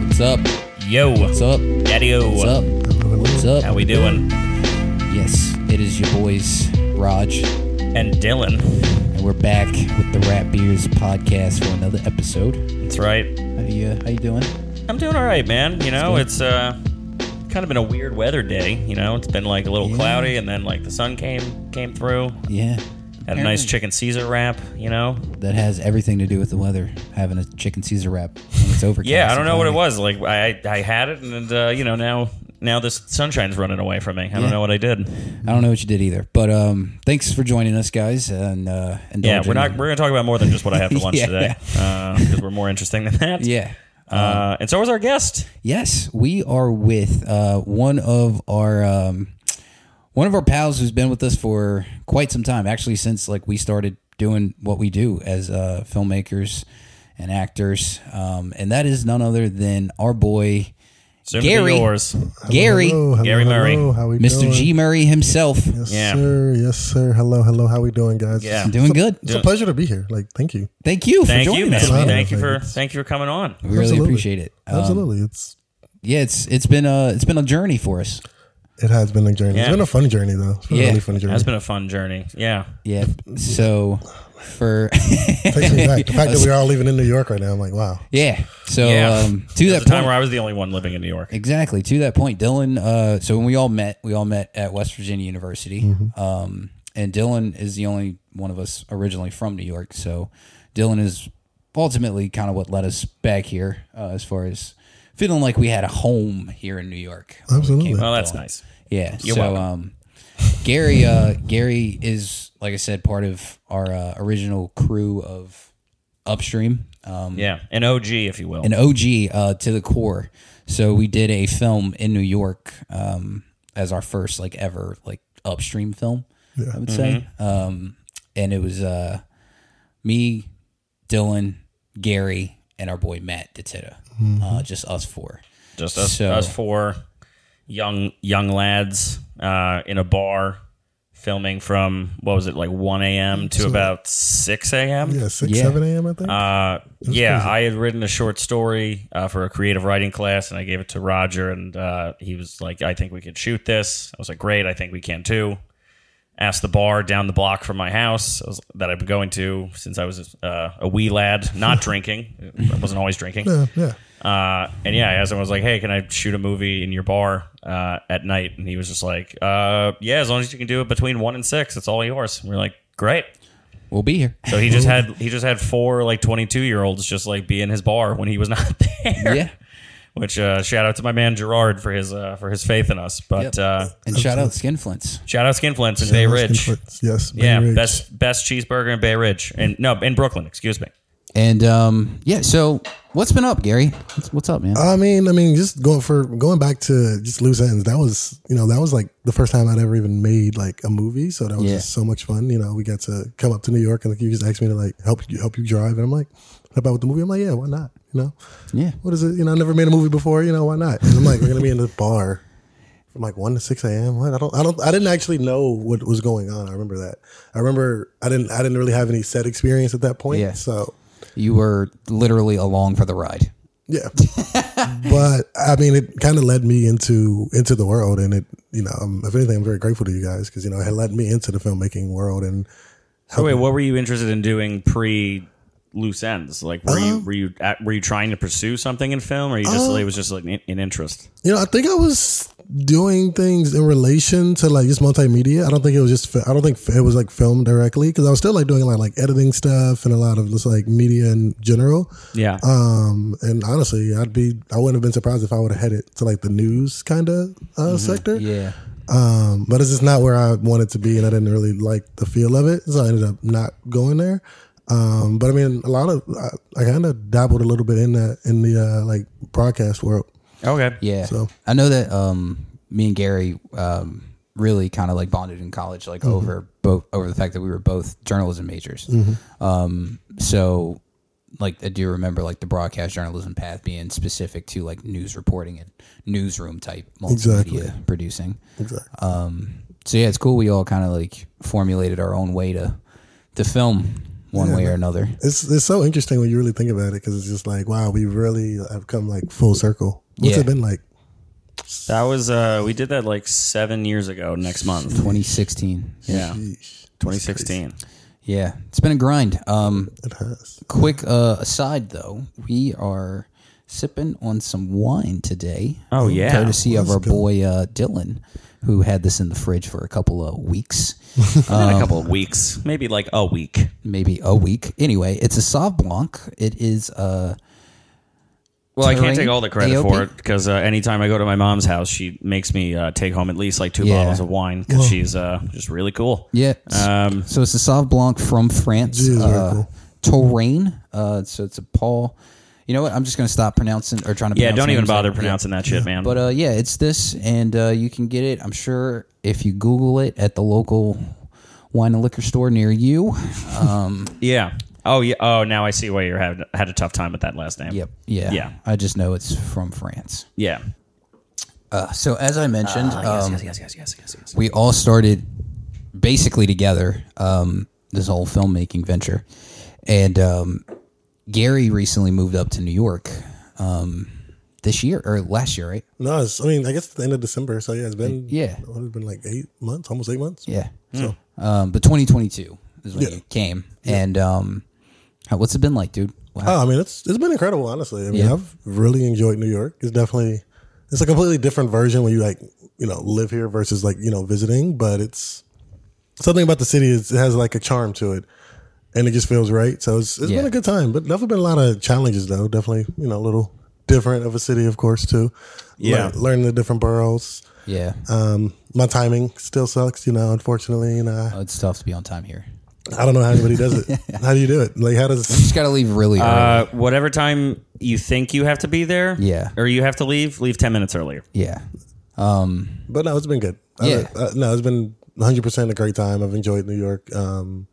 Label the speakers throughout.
Speaker 1: What's up?
Speaker 2: Yo,
Speaker 1: What's up?
Speaker 2: daddy
Speaker 1: What's up? What's
Speaker 2: How
Speaker 1: up?
Speaker 2: we doing?
Speaker 1: Yes, it is your boys, Raj,
Speaker 2: And Dylan.
Speaker 1: and we're back with the Rat Beers podcast for another episode.
Speaker 2: That's right.
Speaker 1: How you How you doing?
Speaker 2: I'm doing all right, man. You know,
Speaker 1: good.
Speaker 2: it's uh kind of been a weird weather day, you know. It's been like a little
Speaker 1: Yeah.
Speaker 2: cloudy and then like the sun came came through.
Speaker 1: Yeah,
Speaker 2: Had a nice chicken Caesar wrap, you know.
Speaker 1: that has everything to do with the weather. Having a chicken Caesar wrap. when It's overcast.
Speaker 2: Yeah, I don't know what it
Speaker 1: and
Speaker 2: was. Like I I had it and uh, you know, now now this sunshine's running away from me. I
Speaker 1: Yeah.
Speaker 2: don't know what I did.
Speaker 1: cloudy. I don't know what you did either. But um, thanks for joining us, guys. And uh,
Speaker 2: Yeah,
Speaker 1: indulging
Speaker 2: we're not
Speaker 1: in-
Speaker 2: we're going to talk about more than just what I have for lunch
Speaker 1: Yeah.
Speaker 2: today. Uh cuz we're more interesting than that.
Speaker 1: Yeah.
Speaker 2: Uh, and so was our guest.
Speaker 1: Yes, we are with uh, one of our um, one of our pals who's been with us for quite some time. Actually, since like we started doing what we do as uh, filmmakers and actors, um, and that is none other than our boy
Speaker 2: Soon to
Speaker 1: Gary.
Speaker 2: be yours.
Speaker 1: Gary,
Speaker 3: Hello, hello,
Speaker 2: Gary Murray.
Speaker 3: hello, How we
Speaker 1: Mr.
Speaker 3: doing?
Speaker 1: G Murray himself.
Speaker 3: Yes,
Speaker 2: Yeah.
Speaker 3: sir. Yes, sir. Hello, hello. How we doing, guys?
Speaker 2: Yeah.
Speaker 3: It's-
Speaker 1: Doing good.
Speaker 3: It's a pleasure to be here. Like, thank you.
Speaker 1: Thank you for
Speaker 2: Thank
Speaker 1: joining
Speaker 2: you, man.
Speaker 1: us.
Speaker 3: man.
Speaker 2: Thank you for
Speaker 3: It's-
Speaker 2: thank you for coming on.
Speaker 1: We really
Speaker 3: Absolutely.
Speaker 1: appreciate it. Um,
Speaker 3: Absolutely. It's
Speaker 1: yeah, it's it's been a it's been a journey for us.
Speaker 3: it has been a journey.
Speaker 2: Yeah.
Speaker 3: It's been a fun journey though. It's been
Speaker 1: Yeah.
Speaker 3: a really fun journey.
Speaker 2: That's been a fun journey. Yeah.
Speaker 1: Yeah. So for
Speaker 3: Takes me back. The fact that we're all living in New York right now, I'm like, wow.
Speaker 1: yeah. So
Speaker 2: Yeah.
Speaker 1: um, to
Speaker 2: There
Speaker 1: that
Speaker 2: was a time
Speaker 1: point,
Speaker 2: where I was the only one living in New York.
Speaker 1: Exactly. To that point, Dylan. Uh, so when we all met, we all met at West Virginia University, um, and Dylan is the only one of us originally from New York. So Dylan is ultimately kind of what led us back here, uh, as far as feeling like we had a home here in New York.
Speaker 3: Absolutely.
Speaker 2: Well, that's nice.
Speaker 1: Yeah.
Speaker 2: You're
Speaker 1: so,
Speaker 2: welcome.
Speaker 1: um, Gary, uh, Gary is like I said, part of our uh, original crew of Upstream. Um,
Speaker 2: Yeah, an OG, if you will.
Speaker 1: an OG uh, to the core. So we did a film in New York um, as our first like ever like upstream film. I would say, um, and it was uh, me, Dylan, Gary, and our boy Matt Detita. Uh, just us four.
Speaker 2: Just us,
Speaker 1: so-
Speaker 2: us four young young lads uh, in a bar filming from what was it like 1 a.m. to about 6 a.m.
Speaker 3: Yeah, six,
Speaker 1: Yeah.
Speaker 3: seven a.m. I think.
Speaker 2: Uh, yeah, I had written a short story uh, for a creative writing class, and I gave it to Roger, and uh, he was like, "I think we could shoot this." I was like, "Great, I think we can too." Asked the bar down the block from my house I was, that I've been going to since I was uh, a wee lad, not drinking. I wasn't always drinking.
Speaker 3: yeah, yeah.
Speaker 2: Uh, and yeah, I asked him, I was like, hey, can I shoot a movie in your bar uh, at night? And he was just like, uh, yeah, as long as you can do it between one and six, it's all yours. And we are like, great.
Speaker 1: We'll be here.
Speaker 2: So he just had he just had four like 22 year olds just like be in his bar when he was not there.
Speaker 1: Yeah.
Speaker 2: Which uh, shout out to my man Gerard for his uh, for his faith in us. But
Speaker 1: Yep.
Speaker 2: uh,
Speaker 1: And shout out Skinflints.
Speaker 2: shout out Skinflints and Bay
Speaker 3: Yes,
Speaker 2: Ridge.
Speaker 3: Conflicts. Yes. Bay
Speaker 2: Yeah,
Speaker 3: Ridge.
Speaker 2: best best cheeseburger in Bay Ridge and no in Brooklyn. Excuse me.
Speaker 1: And um, yeah, so what's been up, Gary? What's, what's up, man?
Speaker 3: I mean, I mean, just going for going back to just loose ends. That was, you know, that was like the first time I'd ever even made like a movie. So that was
Speaker 1: Yeah.
Speaker 3: just so much fun. You know, we got to come up to New York and like, you just asked me to like help you help you drive, and I'm like, help out with the movie. I'm like, yeah, why not? You know,
Speaker 1: yeah.
Speaker 3: what is it? You know, I never made a movie before. You know, why not? And I'm like, we're gonna be in the bar from like one to six a.m. What? I don't, I don't, I didn't actually know what was going on. I remember that. I remember I didn't, I didn't really have any set experience at that point.
Speaker 1: Yeah.
Speaker 3: So
Speaker 1: You were literally along for the ride.
Speaker 3: yeah. but I mean, it kind of led me into into the world, and it you know, um, if anything, I'm very grateful to you guys because you know it led me into the filmmaking world, and
Speaker 2: So wait, what were you interested in doing pre loose ends? Like were you were you at, were you trying to pursue something in film, or you just it was just like an, an interest?
Speaker 3: you know, I think I was doing things in relation to like just multimedia. I don't think it was just fi- I don't think it was like film directly because I was still like doing a lot of like editing stuff and a lot of just like media in general.
Speaker 2: Yeah,
Speaker 3: Um, and honestly, I'd be I wouldn't have been surprised if I would have headed to like the news kind of uh, sector.
Speaker 1: Yeah.
Speaker 3: Um, but it's just not where I wanted to be, and I didn't really like the feel of it, so I ended up not going there. Um, but I mean, a lot of I, I kind of dabbled a little bit in that in the uh, like broadcast world.
Speaker 2: okay,
Speaker 1: Yeah.
Speaker 3: So-
Speaker 1: I know that um, me and Gary um, really kind of like bonded in college, like
Speaker 3: Mm-hmm.
Speaker 1: over both over the fact that we were both journalism majors.
Speaker 3: Mm-hmm.
Speaker 1: Um, so, like, I do remember like the broadcast journalism path being specific to like news reporting and newsroom type multimedia
Speaker 3: Exactly.
Speaker 1: producing.
Speaker 3: Exactly.
Speaker 1: Um, so yeah, it's cool. We all kind of like formulated our own way to to film one way or another.
Speaker 3: It's it's so interesting when you really think about it because it's just like wow, we really have come like full circle. What's
Speaker 1: Yeah.
Speaker 3: it been like?
Speaker 2: That was uh we did that like seven years ago next month.
Speaker 1: 2016.
Speaker 2: Yeah.
Speaker 3: Yeesh.
Speaker 2: Twenty sixteen.
Speaker 1: Yeah, it's been a grind. Um,
Speaker 3: It has.
Speaker 1: quick uh, aside though, we are sipping on some wine today.
Speaker 2: Oh, yeah.
Speaker 1: courtesy of our boy uh, Dylan, who had this in the fridge for a couple of weeks,
Speaker 2: Not
Speaker 1: Oh.
Speaker 2: a couple of weeks. Maybe like a week.
Speaker 1: maybe a week. Anyway, it's a Sauv Blanc. It is uh,
Speaker 2: Well, I can't
Speaker 1: Terrain?
Speaker 2: take all the credit
Speaker 1: AOP?
Speaker 2: for it because uh, anytime I go to my mom's house, she makes me uh, take home at least like two
Speaker 1: Yeah.
Speaker 2: bottles of wine because she's uh, just really cool.
Speaker 1: yeah.
Speaker 2: Um,
Speaker 1: so it's a Sauv Blanc from France.
Speaker 3: Jeez, very
Speaker 1: uh,
Speaker 3: cool.
Speaker 1: Touraine. Uh, so it's a Paul. You know what? I'm just going to stop pronouncing or trying to.
Speaker 2: yeah,
Speaker 1: pronounce
Speaker 2: don't even
Speaker 1: names like-
Speaker 2: bother
Speaker 1: yeah.
Speaker 2: pronouncing that shit, man.
Speaker 1: But uh, yeah, it's this, and uh, you can get it. I'm sure if you Google it at the local wine and liquor store near you. Um,
Speaker 2: yeah. Oh yeah. Oh, now I see why you had had a tough time with that last name.
Speaker 1: yep. Yeah.
Speaker 2: Yeah.
Speaker 1: I just know it's from France.
Speaker 2: Yeah.
Speaker 1: Uh, so as I mentioned, um,
Speaker 2: Oh, yes, yes, yes, yes, yes, yes.
Speaker 1: we all started basically together um, this whole filmmaking venture, and um, Gary recently moved up to New York um, this year or last year, right?
Speaker 3: No, it's, I mean, I guess it's the end of December, so yeah, it's been
Speaker 1: Yeah.
Speaker 3: what, it's been like eight months, almost eight months.
Speaker 1: Yeah.
Speaker 3: So
Speaker 1: Um, but 2022 is when
Speaker 3: Yeah.
Speaker 1: you came, and um, how, what's it been like, dude? Wow.
Speaker 3: Oh, I mean, it's it's been incredible, honestly. I mean,
Speaker 1: Yeah.
Speaker 3: I've really enjoyed New York. It's definitely it's a completely different version when you like you know live here versus like you know visiting, but it's something about the city is it has like a charm to it, and it just feels right. So it's it's been
Speaker 1: Yeah.
Speaker 3: a good time, but definitely been a lot of challenges though. Definitely you know a little different of a city, of course, too.
Speaker 2: Yeah.
Speaker 3: Lear- learning the different boroughs.
Speaker 1: Yeah,
Speaker 3: Um, my timing still sucks, you know. Unfortunately, you know,
Speaker 1: Oh, it's tough to be on time here. You
Speaker 3: I don't know how anybody does it. How do you do it? Like, how does?
Speaker 1: just gotta leave really early.
Speaker 2: Uh, whatever time you think you have to be there,
Speaker 1: Yeah.
Speaker 2: or you have to leave, leave ten minutes earlier.
Speaker 1: yeah, Um,
Speaker 3: But no, it's been good.
Speaker 1: Yeah.
Speaker 3: I, uh, no, it's been 100 percent a great time. I've enjoyed New York. Um,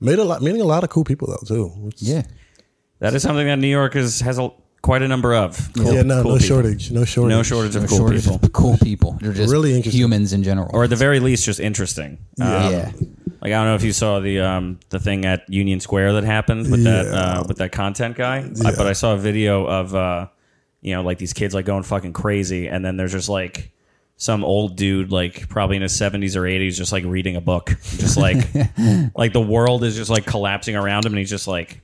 Speaker 3: made a lot, meeting a lot of cool people though too. It's-
Speaker 1: yeah,
Speaker 2: That is something that New York is, has a, quite a number of. Cool,
Speaker 3: yeah, no,
Speaker 2: cool
Speaker 3: no
Speaker 2: people.
Speaker 3: shortage, no shortage,
Speaker 2: No shortage of
Speaker 1: No
Speaker 2: cool
Speaker 1: shortage
Speaker 2: people,
Speaker 1: of cool people. They're just
Speaker 3: Really
Speaker 1: really
Speaker 3: interesting. uh,
Speaker 1: humans in general.
Speaker 2: or at the very least, just interesting. Um,
Speaker 1: yeah,
Speaker 2: Like I don't know if you saw the um, the thing at Union Square that happened with that
Speaker 3: Yeah.
Speaker 2: uh, with that content guy, I- but I saw a video of uh, you know like these kids like going fucking crazy, and then there's just like some old dude like probably in his 70s or 80s just like reading a book, just like like the world is just like collapsing around him, and he's just like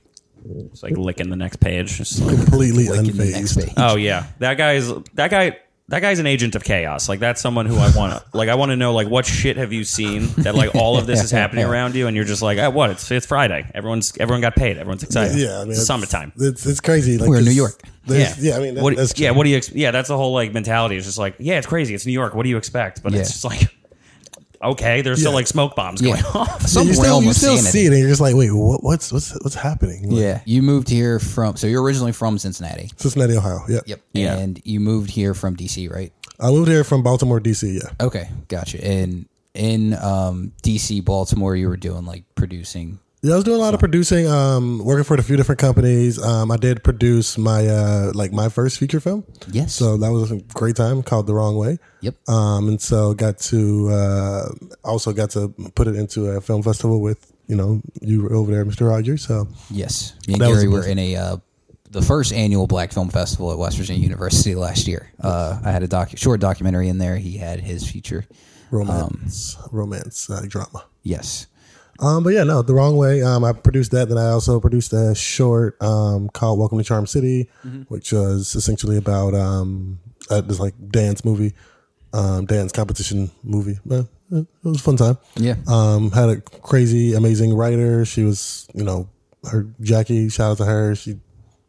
Speaker 2: just like licking the next page. Just like,
Speaker 3: completely
Speaker 1: in the next
Speaker 3: unfazed.
Speaker 1: page.
Speaker 2: oh yeah, that guy is that guy. That guy's an agent of chaos. Like that's someone who I want to like. I want to know like what shit have you seen that like all of this is happening around you, and you're just like, oh, what? It's it's Friday. Everyone's everyone got paid. Everyone's excited.
Speaker 3: Yeah, I mean,
Speaker 2: it's summertime.
Speaker 3: It's it's crazy. Like
Speaker 1: We're in
Speaker 3: 'cause
Speaker 1: New York.
Speaker 3: there's- Yeah, I mean, that,
Speaker 2: what,
Speaker 3: that's
Speaker 2: yeah. What do you? Ex- yeah, that's the whole like mentality. It's just like, yeah, it's crazy. It's New York. What do you expect? But
Speaker 1: Yeah.
Speaker 2: it's just like, okay, there's still
Speaker 3: Yeah.
Speaker 2: like smoke bombs
Speaker 1: yeah.
Speaker 2: going off.
Speaker 1: Some
Speaker 3: you still,
Speaker 1: realm
Speaker 3: you
Speaker 1: of
Speaker 3: still
Speaker 1: sanity.
Speaker 3: see it, and you're just like, wait, what, what's what's what's happening? Like,
Speaker 1: Yeah, you moved here from. So you're originally from Cincinnati.
Speaker 3: Cincinnati, Ohio. Yeah.
Speaker 1: Yep.
Speaker 2: Yeah.
Speaker 1: And you moved here from DC, right?
Speaker 3: I moved here from Baltimore, D.C. Yeah.
Speaker 1: Okay, gotcha. And in um, DC, Baltimore, you were doing like producing.
Speaker 3: Yeah, I was doing a lot of producing, um, working for a few different companies. Um, I did produce my uh, like my first feature film.
Speaker 1: Yes.
Speaker 3: So that was a great time called The Wrong Way.
Speaker 1: Yep.
Speaker 3: Um, and so got to uh, also got to put it into a film festival with you know you were over there, Mr. Rogers. So
Speaker 1: Yes, me and
Speaker 3: That was
Speaker 1: Gary
Speaker 3: the
Speaker 1: were
Speaker 3: best.
Speaker 1: in a uh, the first annual Black Film Festival at West Virginia University last year. Uh, I had a docu- short documentary in there. He had his feature.
Speaker 3: romance, romance uh, drama.
Speaker 1: Yes,
Speaker 3: Um, but yeah, no, the wrong way. Um, I produced that. Then I also produced a short um, called "Welcome to Charm City," which was essentially about um, uh, this like dance movie, um, dance competition movie. But it was a fun time.
Speaker 1: Yeah.
Speaker 3: Um, had a crazy, amazing writer. She was, you know, her Jackie. Shout out to her. She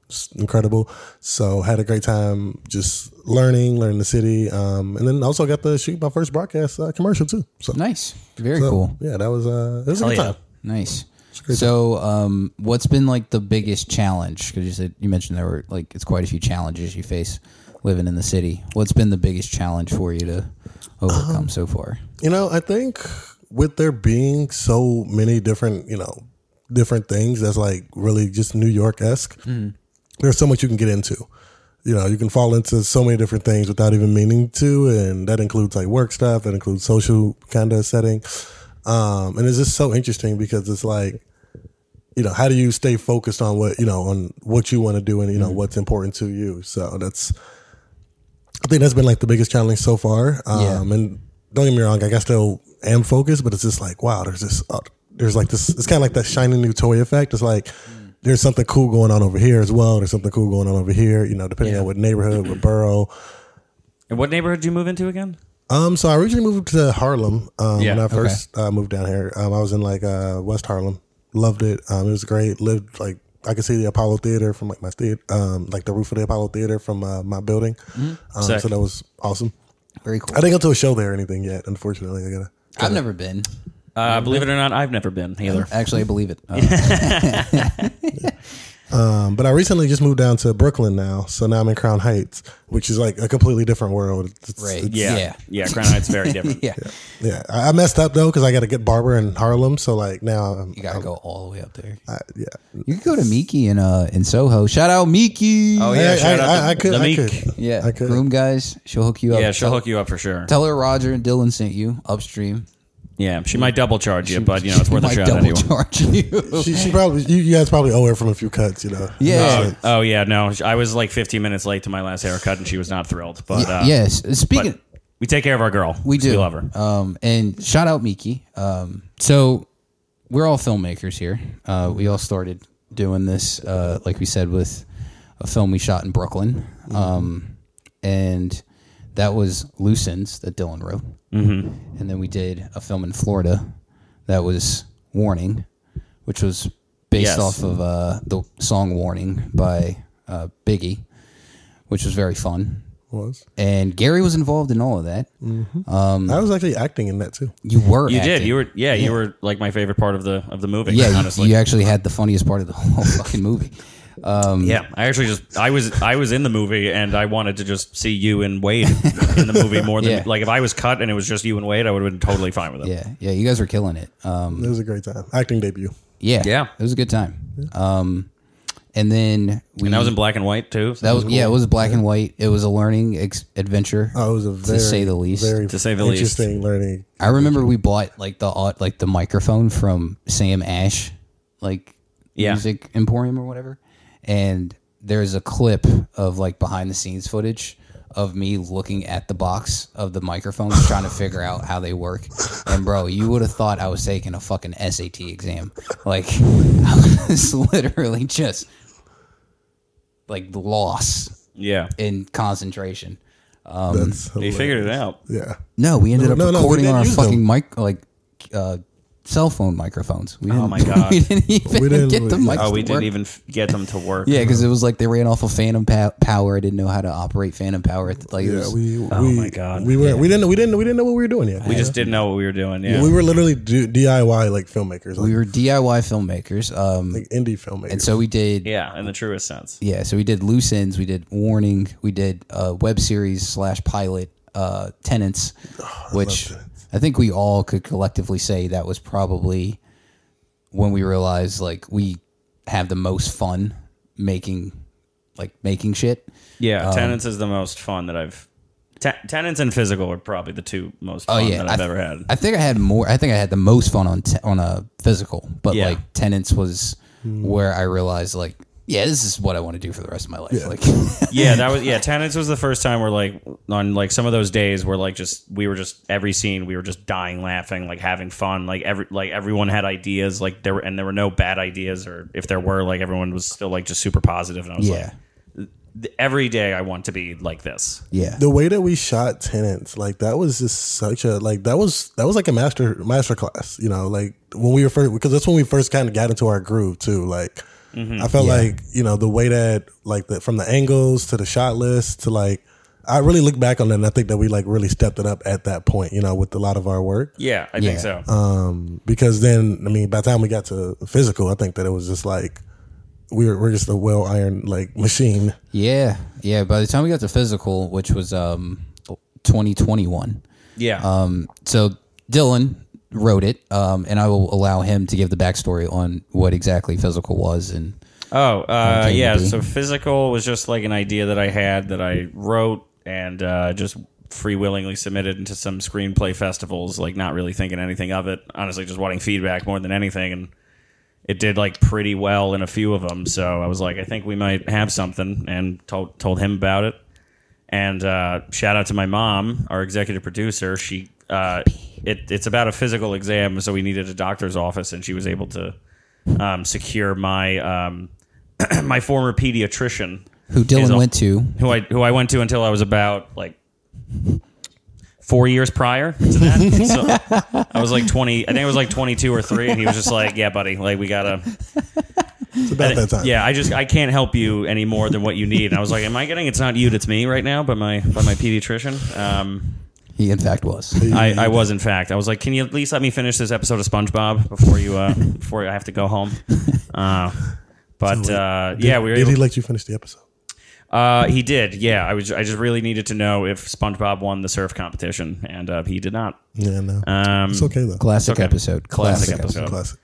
Speaker 3: was incredible. So had a great time just learning, learning the city, um, and then also got to shoot my first broadcast uh, commercial too. So
Speaker 1: nice, very
Speaker 3: so,
Speaker 1: cool,
Speaker 3: Yeah, that was uh, it was a good
Speaker 2: Hell yeah.
Speaker 3: time.
Speaker 1: nice. So, um, what's been like the biggest challenge? Because you said you mentioned there were like it's quite a few challenges you face living in the city. What's been the biggest challenge for you to overcome
Speaker 3: Um,
Speaker 1: so far?
Speaker 3: You know, I think with there being so many different, you know, different things that's like really just New York esque, there's so much you can get into. You know, you can fall into so many different things without even meaning to, and that includes like work stuff, that includes social kind of setting. Um, and it's just so interesting because it's like you know how do you stay focused on what you know on what you want to do and you know what's important to you so that's i think that's been like the biggest challenge so far um and don't get me wrong like i still am focused but it's just like wow there's this uh, there's like this it's kind of like that shiny new toy effect it's like there's something cool going on over here as well there's something cool going on over here you know depending on what neighborhood what borough
Speaker 2: And what neighborhood did you move into again?
Speaker 3: um, so I originally moved to Harlem um,
Speaker 2: Yeah,
Speaker 3: when I
Speaker 2: okay.
Speaker 3: first uh, moved down here. Um, I was in like uh, West Harlem, loved it. Um, it was great. Lived like I could see the Apollo Theater from like my theater, um, like the roof of the Apollo Theater from uh, my building. Um,
Speaker 2: Mm-hmm. Sick.
Speaker 3: so that was awesome.
Speaker 1: Very cool.
Speaker 3: I didn't go to a show there or anything yet. Unfortunately, I gotta.
Speaker 1: I've never been.
Speaker 2: Uh, believe it or not, I've never been either.
Speaker 1: Actually, I believe it. Uh,
Speaker 3: Um, but I recently just moved down to Brooklyn now, so now I'm in Crown Heights, which is like a completely different world. It's-
Speaker 1: Right.
Speaker 3: it's-
Speaker 2: Yeah, yeah,
Speaker 1: Yeah.
Speaker 2: Crown Heights very different.
Speaker 1: yeah.
Speaker 3: yeah, I I messed up though because I got to get barber in Harlem, so like now I'm,
Speaker 1: You gotta go all the way up there.
Speaker 3: I, yeah.
Speaker 1: You could go to Miki in uh in Soho. Shout out Miki.
Speaker 2: Oh, yeah.
Speaker 3: I,
Speaker 2: shout
Speaker 3: I-
Speaker 2: out to
Speaker 3: I- I could, I
Speaker 2: Lameek.
Speaker 3: could,
Speaker 1: yeah.
Speaker 3: I could.
Speaker 1: Groom guys, she'll hook you up.
Speaker 2: Yeah, she'll
Speaker 1: Tell-
Speaker 2: hook you up for sure.
Speaker 1: Tell her Roger and Dylan sent you upstream.
Speaker 2: Yeah, she might double charge you, but you know it's worth a
Speaker 1: Might
Speaker 2: shot
Speaker 1: double
Speaker 2: anyway.
Speaker 1: charge you.
Speaker 3: she, she probably you, you guys probably owe her from a few cuts, you know.
Speaker 1: Yeah.
Speaker 2: Oh, oh, yeah, no, I was like 15 minutes late to my last haircut, and she was not thrilled. But uh,
Speaker 1: yes. Speaking.
Speaker 2: but we take care of our girl.
Speaker 1: We do.
Speaker 2: We love her.
Speaker 1: Um, and shout out Miki. Um, so we're all filmmakers here. Uh, we all started doing this, uh, like we said, with a film we shot in Brooklyn. Um, and that was Loose Ends that Dylan wrote. Mm-hmm. And then we did a film in Florida that was Warning, which was based
Speaker 2: Yes.
Speaker 1: off of uh, the song Warning by uh, Biggie, which was very fun.
Speaker 3: Was
Speaker 1: And Gary was involved in all of that. Um,
Speaker 3: I was actually acting in that too.
Speaker 1: You were.
Speaker 2: You did.
Speaker 1: acting.
Speaker 2: You were. Yeah, you were like my favorite part of the of the movie.
Speaker 1: Yeah. you-
Speaker 2: honestly.
Speaker 1: You actually had the funniest part of the whole fucking movie.
Speaker 2: Yeah, I actually just I was I was in the movie and I wanted to just see you and Wade in the movie more than
Speaker 1: Yeah.
Speaker 2: like if I was cut and it was just you and Wade, I would have been totally fine with it.
Speaker 1: Yeah. Yeah. You guys were killing it. Um,
Speaker 3: It was a great time. Acting debut.
Speaker 1: yeah.
Speaker 2: Yeah.
Speaker 1: It was a good time. Um, and then we.
Speaker 2: And that was in black and white too. so
Speaker 1: that was- yeah. It was black and white. It was a learning ex- adventure.
Speaker 3: Oh, it was a very,
Speaker 1: say the least.
Speaker 3: very
Speaker 2: To say the least.
Speaker 3: interesting learning.
Speaker 1: I remember we bought like the au- like the microphone from Sam Ash, like
Speaker 2: Yeah.
Speaker 1: Music Emporium or whatever. And there's a clip of like behind the scenes footage of me looking at the box of the microphones trying to figure out how they work. And bro, you would have thought I was taking a fucking SAT exam. Like I was literally just like lost
Speaker 2: yeah.
Speaker 1: in concentration. Um,
Speaker 3: That's
Speaker 2: They
Speaker 3: hilarious.
Speaker 2: figured it out.
Speaker 3: Yeah.
Speaker 1: No, we ended
Speaker 3: No,
Speaker 1: up
Speaker 3: no, no, we
Speaker 1: recording
Speaker 3: didn't
Speaker 1: on our
Speaker 3: use
Speaker 1: fucking mic, like uh, cell phone microphones. We didn't,
Speaker 2: Oh my God.
Speaker 1: we didn't even
Speaker 3: We didn't-
Speaker 1: get the
Speaker 3: we-
Speaker 1: mics.
Speaker 2: Oh, we
Speaker 1: to
Speaker 2: didn't
Speaker 1: work.
Speaker 2: even f- get them to work.
Speaker 1: Yeah, because it was like they ran off of Phantom pow- power. I didn't know how to operate Phantom power. At the, like, it
Speaker 3: Yeah.
Speaker 1: was-
Speaker 3: We,
Speaker 2: Oh
Speaker 3: we,
Speaker 2: my God.
Speaker 3: We were we didn't we didn't we didn't know what we were doing yet.
Speaker 2: we just didn't know what we were doing. Yeah,
Speaker 3: we were literally do, DIY like filmmakers, like,
Speaker 1: we were DIY filmmakers, um,
Speaker 3: like indie filmmakers.
Speaker 1: and so we did. Yeah.
Speaker 2: yeah, in the truest sense.
Speaker 1: so we did loose ends. We did warning. We did uh, web series slash pilot uh, tenants, which I think we all could collectively say that was probably when we realized like we have the most fun making like making shit.
Speaker 2: Yeah,
Speaker 1: um,
Speaker 2: Tenants is the most fun that I've. Te- Tenants and physical are probably the two most fun
Speaker 1: Oh, yeah,
Speaker 2: that I've
Speaker 1: I-
Speaker 2: ever had.
Speaker 1: I think I had more. I think I had the most fun on te- on a physical, but
Speaker 2: Yeah.
Speaker 1: like tenants was
Speaker 2: Hmm.
Speaker 1: where I realized like yeah, this is what I want to do for the rest of my life. Like
Speaker 2: yeah, that was yeah. Tenants was the first time where like on like some of those days where like just we were just every scene we were just dying laughing, like having fun, like every like everyone had ideas, like there were and there were no bad ideas, or if there were, like everyone was still like just super positive, and I was
Speaker 1: yeah,
Speaker 2: like, th- every day I want to be like this.
Speaker 1: yeah,
Speaker 3: the way that we shot tenants like that was just such a like that was that was like a master master class you know like when we were first because that's when we first kind of got into our groove too like
Speaker 2: Mm-hmm.
Speaker 3: i felt like you know the way that like the, from the angles to the shot list to like i really look back on it and i think that we like really stepped it up at that point you know with a lot of our work
Speaker 2: Yeah, I think so.
Speaker 1: um,
Speaker 3: because then I mean, by the time we got to physical, I think that it was just like we were, we're just a well ironed like machine.
Speaker 1: yeah, yeah. By the time we got to physical, which was um 2021,
Speaker 2: yeah,
Speaker 1: um, so Dylan wrote it, um, and I will allow him to give the backstory on what exactly physical was and
Speaker 2: Oh, uh,
Speaker 1: Okay,
Speaker 2: yeah.
Speaker 1: maybe.
Speaker 2: So physical was just like an idea that I had that I wrote and uh, just free willingly submitted into some screenplay festivals, like not really thinking anything of it. Honestly, just wanting feedback more than anything. And it did like pretty well in a few of them. So I was like, I think we might have something, and told told him about it. And uh, shout out to my mom, our executive producer. She uh, it, it's about a physical exam, so we needed a doctor's office, and she was able to um, secure my um, my former pediatrician
Speaker 1: Who
Speaker 2: Is
Speaker 1: Dylan
Speaker 2: all-
Speaker 1: went to?
Speaker 2: who I who I went to until I was about like four years prior to that. so I was like twenty. I think I was like twenty two or three, and he was just like, "Yeah, buddy, like we gotta."
Speaker 3: It's about that time.
Speaker 2: Yeah, I just I can't help you any more than what you need. And I was like, "Am I getting it's not you, it's me right now?" By my by my pediatrician. Um,
Speaker 1: He in fact was.
Speaker 2: I, I was in fact. I was like, "Can you at least let me finish this episode of SpongeBob before you uh, before I have to go home?" Uh, but uh, yeah, we were
Speaker 3: Did
Speaker 2: able
Speaker 3: he let you finish the episode?
Speaker 2: uh, he did. Yeah, I was. I just really needed to know if SpongeBob won the surf competition, and uh, he did not.
Speaker 3: Yeah, no.
Speaker 2: Um,
Speaker 3: it's okay though.
Speaker 1: Classic
Speaker 2: okay.
Speaker 1: episode.
Speaker 2: Classic
Speaker 3: It's a
Speaker 2: episode.
Speaker 3: classic.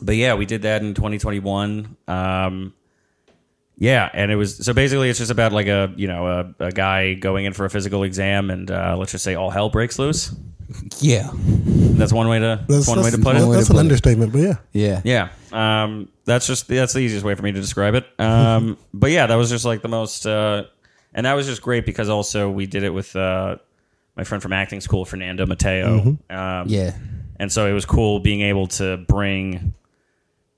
Speaker 2: but yeah, we did that in 2021. Um, yeah, and it was so basically it's just about like a you know a, a guy going in for a physical exam, and uh, let's just say all hell breaks loose.
Speaker 1: Yeah.
Speaker 2: That's one way to that's, one way to put
Speaker 1: one
Speaker 2: it.
Speaker 1: way
Speaker 3: That's
Speaker 1: to
Speaker 3: an
Speaker 1: put it.
Speaker 3: understatement, but yeah.
Speaker 1: Yeah.
Speaker 2: Yeah. Um, that's just that's the easiest way for me to describe it. Um, but yeah, that was just like the most, uh, and that was just great because also we did it with uh, my friend from acting school, Fernando Mateo. Um,
Speaker 1: Yeah.
Speaker 2: and so it was cool being able to bring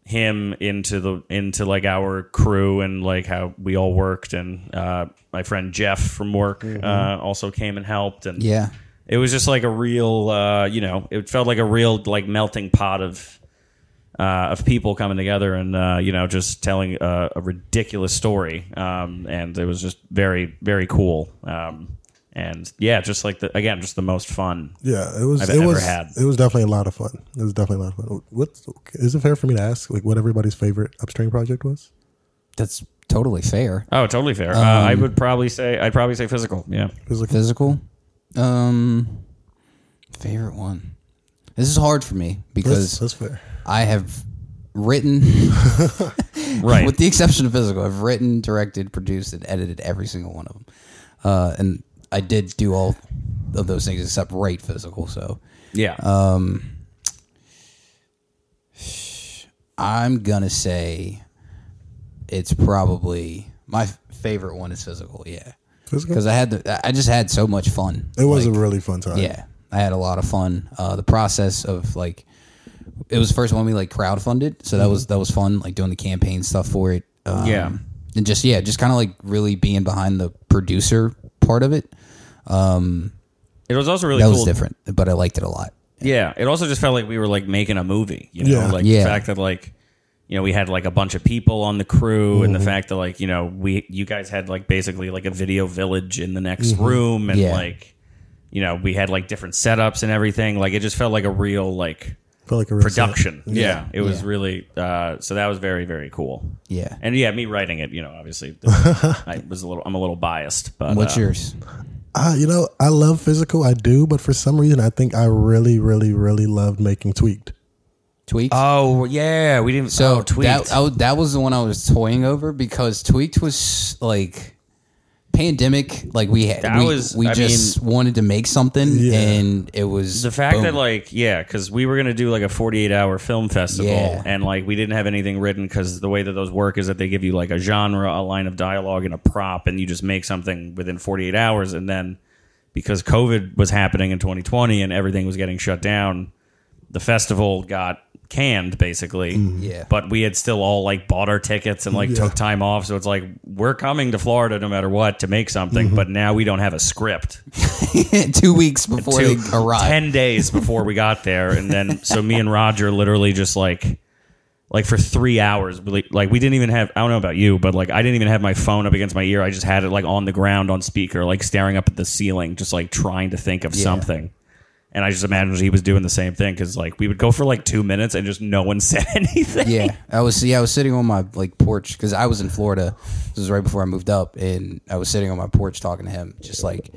Speaker 2: him into the into like our crew and like how we all worked and uh, my friend jeff from work uh, also came and helped and
Speaker 1: Yeah.
Speaker 2: it was just like a real uh, you know it felt like a real like melting pot of uh, of people coming together and uh, you know just telling a, a ridiculous story um, and it was just very very cool um, and yeah just like the again just the most fun
Speaker 3: Yeah, it was.
Speaker 2: I've
Speaker 3: it
Speaker 2: ever
Speaker 3: was.
Speaker 2: had.
Speaker 3: It was definitely a lot of fun. It was definitely a lot of fun. What's is it fair for me to ask like what everybody's favorite upstream project was?
Speaker 1: That's totally fair.
Speaker 2: Oh, totally fair. uh, I
Speaker 1: Um,
Speaker 2: would probably say I'd probably say physical. Yeah,
Speaker 3: It was like
Speaker 1: Physical. Um favorite one. This is hard for me
Speaker 3: that's,
Speaker 1: because
Speaker 3: that's fair.
Speaker 1: I have written
Speaker 2: right.
Speaker 1: with the exception of physical, I've written, directed, produced, and edited every single one of them. Uh, and I did do all of those things except rate physical. So
Speaker 2: yeah,
Speaker 1: Um, I'm gonna say it's probably my f- favorite one is physical. Yeah,
Speaker 3: Physical.
Speaker 1: because I had the, I just had so much fun.
Speaker 3: It was a really fun time.
Speaker 1: Yeah, I had a lot of fun. Uh, the process of like, it was the first one we like crowdfunded, so that was that was fun. Like doing the campaign stuff for it. Um,
Speaker 2: Mm-hmm. Yeah.
Speaker 1: and just yeah, just kind of like really being behind the producer part of it.
Speaker 2: it was also really
Speaker 1: That
Speaker 2: cool.
Speaker 1: was different, but I liked it a lot.
Speaker 2: Yeah, it also just felt like we were like making a movie. You know,
Speaker 3: Yeah.
Speaker 2: like
Speaker 1: Yeah.
Speaker 2: the fact that like you know we had like a bunch of people on the crew, and the fact that like you know we you guys had like basically like a video village in the next room, and
Speaker 1: Yeah.
Speaker 2: like you know we had like different setups and everything. Like it just felt like a real like
Speaker 3: Felt like a real
Speaker 2: production.
Speaker 3: set.
Speaker 2: Yeah. it was
Speaker 1: Yeah.
Speaker 2: really uh, so that was very very cool.
Speaker 1: Yeah.
Speaker 2: And yeah, me writing it, you know, obviously, I was a little, I'm a little biased, but
Speaker 1: What's
Speaker 2: uh,
Speaker 1: yours?
Speaker 3: Uh, you know, I love physical. I do, but for some reason, I think I really, really, really loved making tweaked.
Speaker 1: Tweaked.
Speaker 2: Oh yeah, we didn't.
Speaker 1: So
Speaker 2: oh, tweaked.
Speaker 1: that I, that was the one I was toying over because tweaked was like pandemic. Like we had,
Speaker 2: That
Speaker 1: we,
Speaker 2: was-
Speaker 1: we
Speaker 2: I
Speaker 1: just wanted to make something,
Speaker 3: Yeah.
Speaker 1: and it was
Speaker 2: the fact
Speaker 1: boom.
Speaker 2: that like yeah, because we were gonna do like a 48 hour film festival,
Speaker 1: Yeah.
Speaker 2: and like we didn't have anything written because the way that those work is that they give you like a genre, a line of dialogue, and a prop, and you just make something within 48 hours, and then because COVID was happening in 2020 and everything was getting shut down, the festival got canned basically.
Speaker 1: Mm-hmm. Yeah.
Speaker 2: But we had still all like bought our tickets and like took time off. So it's like we're coming to Florida no matter what to make something,
Speaker 1: Mm-hmm.
Speaker 2: but now we don't have a script.
Speaker 1: two weeks before
Speaker 2: Two-
Speaker 1: they arrived.
Speaker 2: ten days before we got there, and then so me and Roger literally just like, like for three hours, we- like we didn't even have. I don't know about you, but like I didn't even have my phone up against my ear. I just had it like on the ground on speaker, like staring up at the ceiling, just like trying to think of something. And I just imagined he was doing the same thing because like we would go for like two minutes and just no one said anything.
Speaker 1: yeah, I was yeah I was sitting on my like porch because I was in Florida. This was right before I moved up, and I was sitting on my porch talking to him, just like,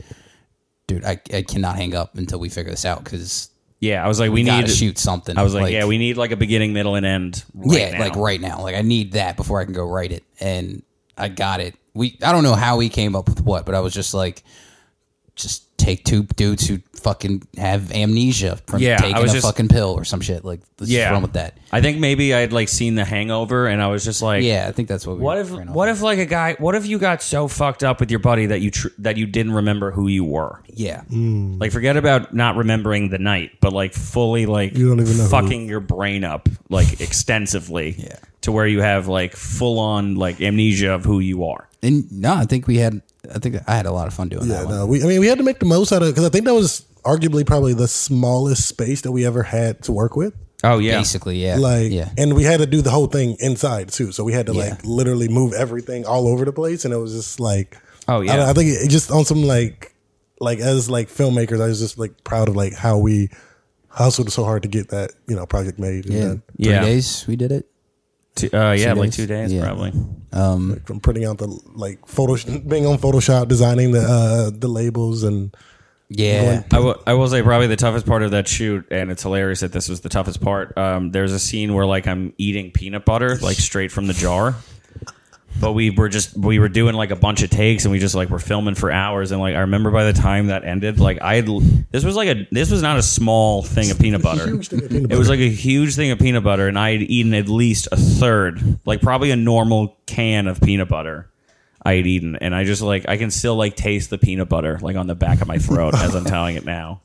Speaker 1: dude, I, I cannot hang up until we figure this out because
Speaker 2: Yeah, I was like, we,
Speaker 1: we
Speaker 2: need
Speaker 1: gotta shoot something.
Speaker 2: I was like, yeah, we need like a beginning, middle, and end. Right
Speaker 1: yeah,
Speaker 2: now.
Speaker 1: like right now. Like I need that before I can go write it. And I got it. We I don't know how we came up with what, but I was just like, just take two dudes who fucking have amnesia from
Speaker 2: Yeah, I
Speaker 1: taking
Speaker 2: was
Speaker 1: a
Speaker 2: just-
Speaker 1: fucking pill or some shit. Like, let's
Speaker 2: Yeah.
Speaker 1: just run with that.
Speaker 2: I think maybe I'd like seen The Hangover, and I was just like,
Speaker 1: Yeah, I think that's what. We
Speaker 2: What if
Speaker 1: ran off
Speaker 2: what
Speaker 1: of.
Speaker 2: if like a guy? What if you got so fucked up with your buddy that you tr- that you didn't remember who you were?
Speaker 1: Yeah,
Speaker 2: Like forget about not remembering the night, but like fully like
Speaker 3: You don't even know who-
Speaker 2: fucking your brain up like extensively
Speaker 1: Yeah.
Speaker 2: to where you have like full on like amnesia of who you are.
Speaker 1: and no, I think we had. I think I had a lot of fun doing
Speaker 3: Yeah,
Speaker 1: that one.
Speaker 3: no, uh, we, I mean, we had to make the most out of it because I think that was arguably probably the smallest space that we ever had to work with.
Speaker 2: Oh yeah,
Speaker 1: Basically, yeah,
Speaker 3: Like,
Speaker 1: yeah,
Speaker 3: and we had to do the whole thing inside too. So we had to
Speaker 1: Yeah.
Speaker 3: like literally move everything all over the place, and it was just like,
Speaker 2: Oh,
Speaker 3: I,
Speaker 2: yeah.
Speaker 3: don't- I think it it just on some like, like as like filmmakers, I was just like proud of like how we hustled so hard to get that you know project made. And
Speaker 1: yeah.
Speaker 3: then,
Speaker 1: Three
Speaker 2: Yeah.
Speaker 1: days we did it.
Speaker 2: Two- uh, yeah,
Speaker 1: Two
Speaker 2: like
Speaker 1: days?
Speaker 2: two days
Speaker 1: Yeah.
Speaker 2: probably.
Speaker 1: Mm-hmm.
Speaker 3: like, from printing out the like photo, being on Photoshop, designing the uh the labels, and
Speaker 1: Yeah,
Speaker 2: I will, I will say probably the toughest part of that shoot, and it's hilarious that this was the toughest part. Um, there's a scene where like I'm eating peanut butter like straight from the jar, but we were just we were doing like a bunch of takes, and we just like were filming for hours. And like I remember by the time that ended, like I had, this was like a this was not a small thing of peanut butter.
Speaker 3: Huge thing of peanut
Speaker 2: It was like a huge thing of peanut butter, and I had eaten at least a third, like probably a normal can of peanut butter. I had eaten, and I just like I can still like taste the peanut butter like on the back of my throat as I'm telling it now,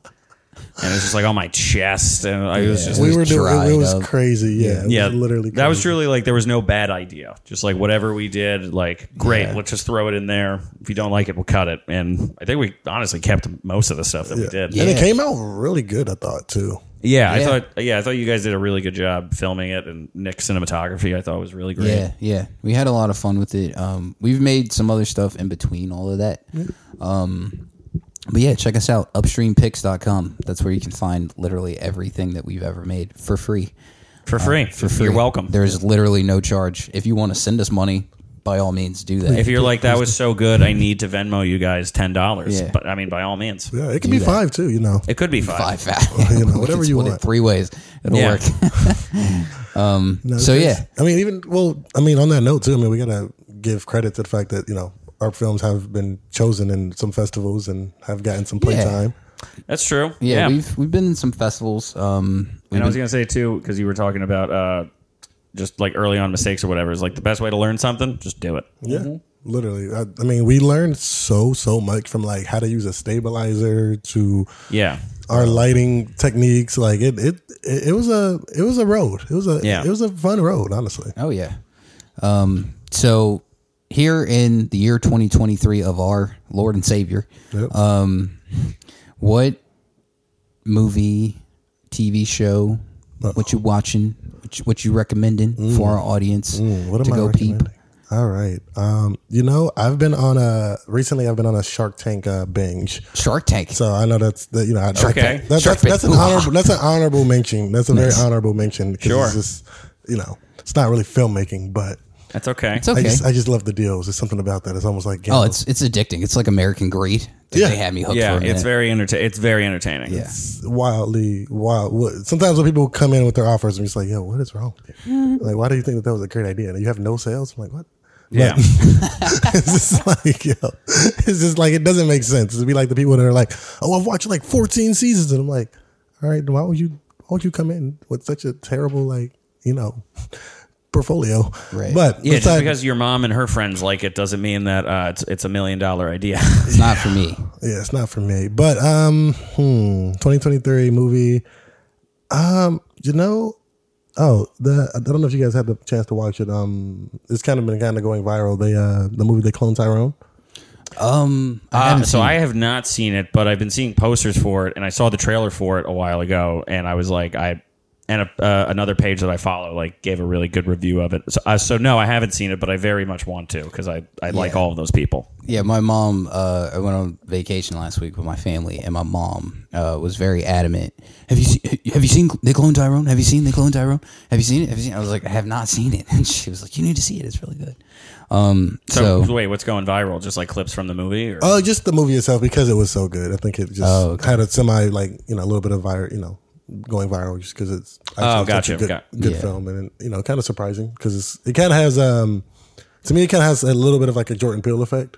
Speaker 2: and it's just like on my chest, and I was just
Speaker 3: we
Speaker 1: was
Speaker 3: were doing it,
Speaker 1: dried
Speaker 3: was
Speaker 1: up.
Speaker 3: crazy. Yeah,
Speaker 2: yeah,
Speaker 3: it was literally
Speaker 2: that was
Speaker 3: crazy.
Speaker 2: truly like there was no bad idea, just like whatever we did, like great, let's just throw it in there. If you don't like it, we'll cut it, and I think we honestly kept most of the stuff that we did.
Speaker 1: Yeah.
Speaker 3: and it came out really good. I thought too.
Speaker 2: Yeah, I
Speaker 1: Yeah.
Speaker 2: thought yeah, I thought you guys did a really good job filming it and Nick's cinematography I thought was really great.
Speaker 1: Yeah, yeah. We had a lot of fun with it. Um, we've made some other stuff in between all of that. Um, but yeah, check us out, upstreampics.com. That's where you can find literally everything that we've ever made for free.
Speaker 2: For free. for
Speaker 1: Uh, For free.
Speaker 2: You're welcome.
Speaker 1: There's literally no charge. If you want to send us money, by all means, do that.
Speaker 2: if you're like that was so good, I need to Venmo you guys ten dollars.
Speaker 1: Yeah.
Speaker 2: But I mean by all means.
Speaker 3: Yeah, it could be five too. You know,
Speaker 2: It could be five.
Speaker 1: five
Speaker 3: you know, whatever you want.
Speaker 1: three ways. It'll
Speaker 2: Yeah.
Speaker 1: work.
Speaker 3: No,
Speaker 1: So,
Speaker 3: it's-
Speaker 1: yeah.
Speaker 3: I mean, even well, I mean, on that note too. I mean, we gotta give credit to the fact that you know our films have been chosen in some festivals and have gotten some playtime.
Speaker 2: That's true.
Speaker 1: Yeah,
Speaker 2: Yeah.
Speaker 1: we've we've been in some festivals. Um, we've
Speaker 2: and I was gonna say too, because you were talking about uh just like early on mistakes or whatever, is like the best way to learn something, just do it.
Speaker 3: Yeah, literally. I, I mean, we learned so so much from like how to use a stabilizer to
Speaker 2: Yeah.
Speaker 3: our lighting techniques. Like it it it it was a it was a road. It was a
Speaker 2: Yeah.
Speaker 3: it was a fun road. Honestly,
Speaker 1: Oh yeah. Um, so here in the year 2023 of our Lord and Savior, um,
Speaker 3: Yep.
Speaker 1: what movie, TV show, what you watching, what you, what you recommending for our audience
Speaker 3: Mm. what am
Speaker 1: Hmm, to
Speaker 3: I
Speaker 1: go peep?
Speaker 3: recommending? All right. Um, you know, I've been on a recently. I've been on a Shark Tank uh, binge.
Speaker 1: Shark Tank.
Speaker 3: So I know that's that you know. I, that,
Speaker 2: Tank.
Speaker 3: that, that's,
Speaker 1: Shark
Speaker 3: that's an
Speaker 1: Tank.
Speaker 3: honorable that's an honorable mention. That's a very honorable mention. 'cause
Speaker 2: Sure.
Speaker 3: It's just you know, it's not really filmmaking, but
Speaker 2: That's okay.
Speaker 1: it's okay.
Speaker 3: I just I just love the deals. There's something about that. It's almost like
Speaker 1: oh,
Speaker 3: gambling.
Speaker 1: it's it's addicting. It's like American Greed. Dude,
Speaker 3: Yeah.
Speaker 1: They had me hooked
Speaker 2: yeah,
Speaker 1: for a
Speaker 2: it's
Speaker 1: minute.
Speaker 2: very entertaining. It's very entertaining.
Speaker 1: yeah.
Speaker 3: It's wildly wild. what- Sometimes when people come in with their offers, I'm just like, yo, what is wrong with you?
Speaker 1: Mm-hmm.
Speaker 3: Like, why do you think that that was a great idea? And you have no sales. I'm like, what?
Speaker 2: Yeah.
Speaker 3: it's just like, yo, it's just like it doesn't make sense. It'd be like the people that are like, oh, I've watched like 14 seasons, and I'm like, all right, why would you, why would you come in with such a terrible like, you know, portfolio?
Speaker 1: Right.
Speaker 3: But
Speaker 2: Yeah, just
Speaker 3: besides-
Speaker 2: because your mom and her friends like it doesn't mean that uh, it's it's a million dollar idea.
Speaker 1: It's not for me.
Speaker 3: yeah, it's not for me. But um, hmm, 2023 movie. Um, you know, oh, the I don't know if you guys had the chance to watch it. Um, it's kind of been kind of going viral. They uh, the movie they clone Tyrone.
Speaker 1: Um, I
Speaker 2: Uh,
Speaker 1: haven't
Speaker 2: so
Speaker 1: seen
Speaker 2: I have not seen it, but I've been seeing posters for it, and I saw the trailer for it a while ago, and I was like, I and a, uh, another page that I follow like gave a really good review of it. So, uh, so no, I haven't seen it, but I very much want to because I I like all of those people.
Speaker 1: Yeah, my mom. Uh, I went on vacation last week with my family, and my mom uh, was very adamant. Have you seen? Have you seen They Clone Tyrone? Have you seen They Clone Tyrone? Have you seen it? Have you seen? It? I was like, I have not seen it, and she was like, You need to see it. It's really good. Um,
Speaker 2: So,
Speaker 1: so,
Speaker 2: wait, what's going viral? Just like clips from the movie? Or?
Speaker 3: Oh, just the movie itself because it was so good. I think it just
Speaker 1: Oh, okay.
Speaker 3: had a semi like you know a little bit of viral, you know, going viral just because it's actually
Speaker 2: Oh,
Speaker 3: such
Speaker 2: gotcha,
Speaker 3: a good,
Speaker 2: got-
Speaker 3: good
Speaker 1: Yeah.
Speaker 3: film and you know kind of surprising because it kind of has um to me it kind of has a little bit of like a Jordan Peele effect.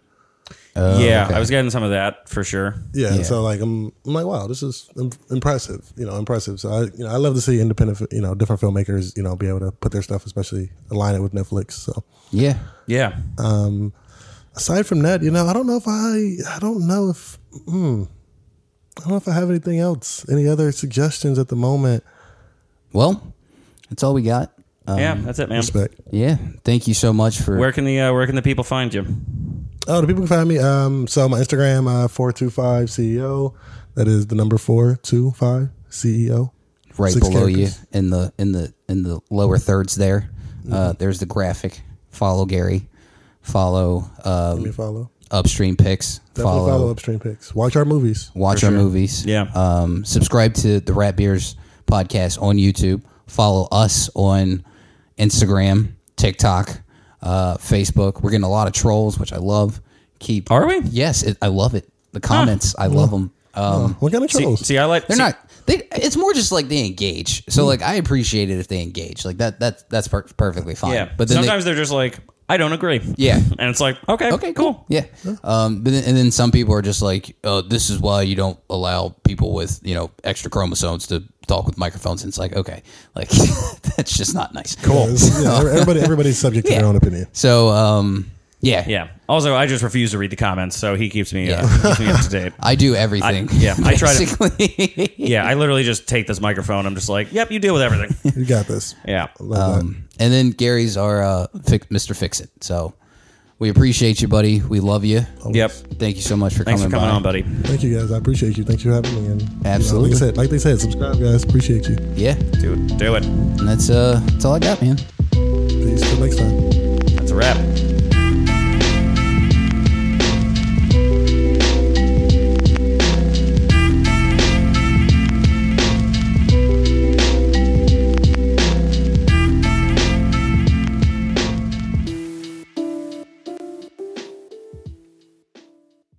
Speaker 2: yeah,
Speaker 1: uh, okay.
Speaker 2: I was getting some of that for sure.
Speaker 3: Yeah,
Speaker 1: Yeah.
Speaker 3: so like I'm, I'm like, wow, this is im- impressive. You know, impressive. So I, you know, I love to see independent, fi- you know, different filmmakers, you know, be able to put their stuff, especially align it with Netflix. So
Speaker 1: Yeah.
Speaker 2: Yeah,
Speaker 1: Uh,
Speaker 3: aside from that, you know, I don't know if I, I don't know if, hmm, I don't know if I have anything else, any other suggestions at the moment.
Speaker 1: Well, that's all we got. Um,
Speaker 2: yeah, that's it, man.
Speaker 3: Respect.
Speaker 1: Yeah. Thank you so much for.
Speaker 2: Where can the uh, where can the people find you?
Speaker 3: Oh, the people can find me. Um, so my Instagram, uh, four two five CEO. That is the number four two five E CEO.
Speaker 1: right
Speaker 3: Six
Speaker 1: below
Speaker 3: characters.
Speaker 1: you in the in the in the lower thirds there. Uh, there's the graphic. Follow Gary. Follow
Speaker 3: Let me
Speaker 1: um,
Speaker 3: follow.
Speaker 1: upstream picks.
Speaker 3: Definitely
Speaker 1: Follow,
Speaker 3: follow, Upstream Picks. Watch our movies.
Speaker 1: watch
Speaker 2: For
Speaker 1: our
Speaker 2: sure.
Speaker 1: movies.
Speaker 2: Yeah.
Speaker 1: Um, subscribe to the Rat Beers podcast on YouTube. Follow us on Instagram, TikTok, uh, Facebook. We're getting a lot of trolls, which I love. Keep
Speaker 2: Are we?
Speaker 1: Yes, it, I love it. The comments, I love them. Um,
Speaker 3: What kind of
Speaker 2: See,
Speaker 3: trolls?
Speaker 2: see, I like
Speaker 1: they're
Speaker 2: see- Hmm.
Speaker 1: not. They. It's more just like they engage. So like I appreciate it if they engage. Like that. That's that's per- perfectly fine.
Speaker 2: Yeah,
Speaker 1: But
Speaker 2: but
Speaker 1: then they-
Speaker 2: sometimes they, are just like, I don't agree.
Speaker 1: Yeah.
Speaker 2: and it's like, okay,
Speaker 1: okay, cool. Yeah. Um. But then, and then some people are just like, oh, this is why you don't allow people with you know extra chromosomes to talk with microphones. And it's like, okay, like that's just not nice.
Speaker 3: Yeah, it's- yeah, everybody, everybody's subject to
Speaker 1: Yeah.
Speaker 3: their own opinion.
Speaker 1: So um. Yeah.
Speaker 2: Yeah. Also, I just refuse to read the comments, so he keeps me, uh, keeps me up to date.
Speaker 1: I do everything.
Speaker 2: I- yeah, I try to-
Speaker 1: basically.
Speaker 2: Yeah, I literally just take this microphone. I'm just like, yep, you deal with everything.
Speaker 3: You got this.
Speaker 2: Yeah.
Speaker 3: Love that.
Speaker 1: And then Gary's our uh, fix, Mr. Fix It. So we appreciate you, buddy. We love you.
Speaker 2: Yep.
Speaker 1: Thank you so much for
Speaker 2: Oh. Thanks
Speaker 1: coming
Speaker 2: for coming
Speaker 1: by.
Speaker 2: on, buddy.
Speaker 3: Thank you guys. I appreciate you. Thanks for having me. And you know,
Speaker 1: Absolutely.
Speaker 3: like, I said, like they said, subscribe, guys. Appreciate you.
Speaker 1: Yeah,
Speaker 2: Do it. Do it.
Speaker 1: and that's uh, that's all I got, man.
Speaker 3: Peace. Till next time.
Speaker 2: That's a wrap.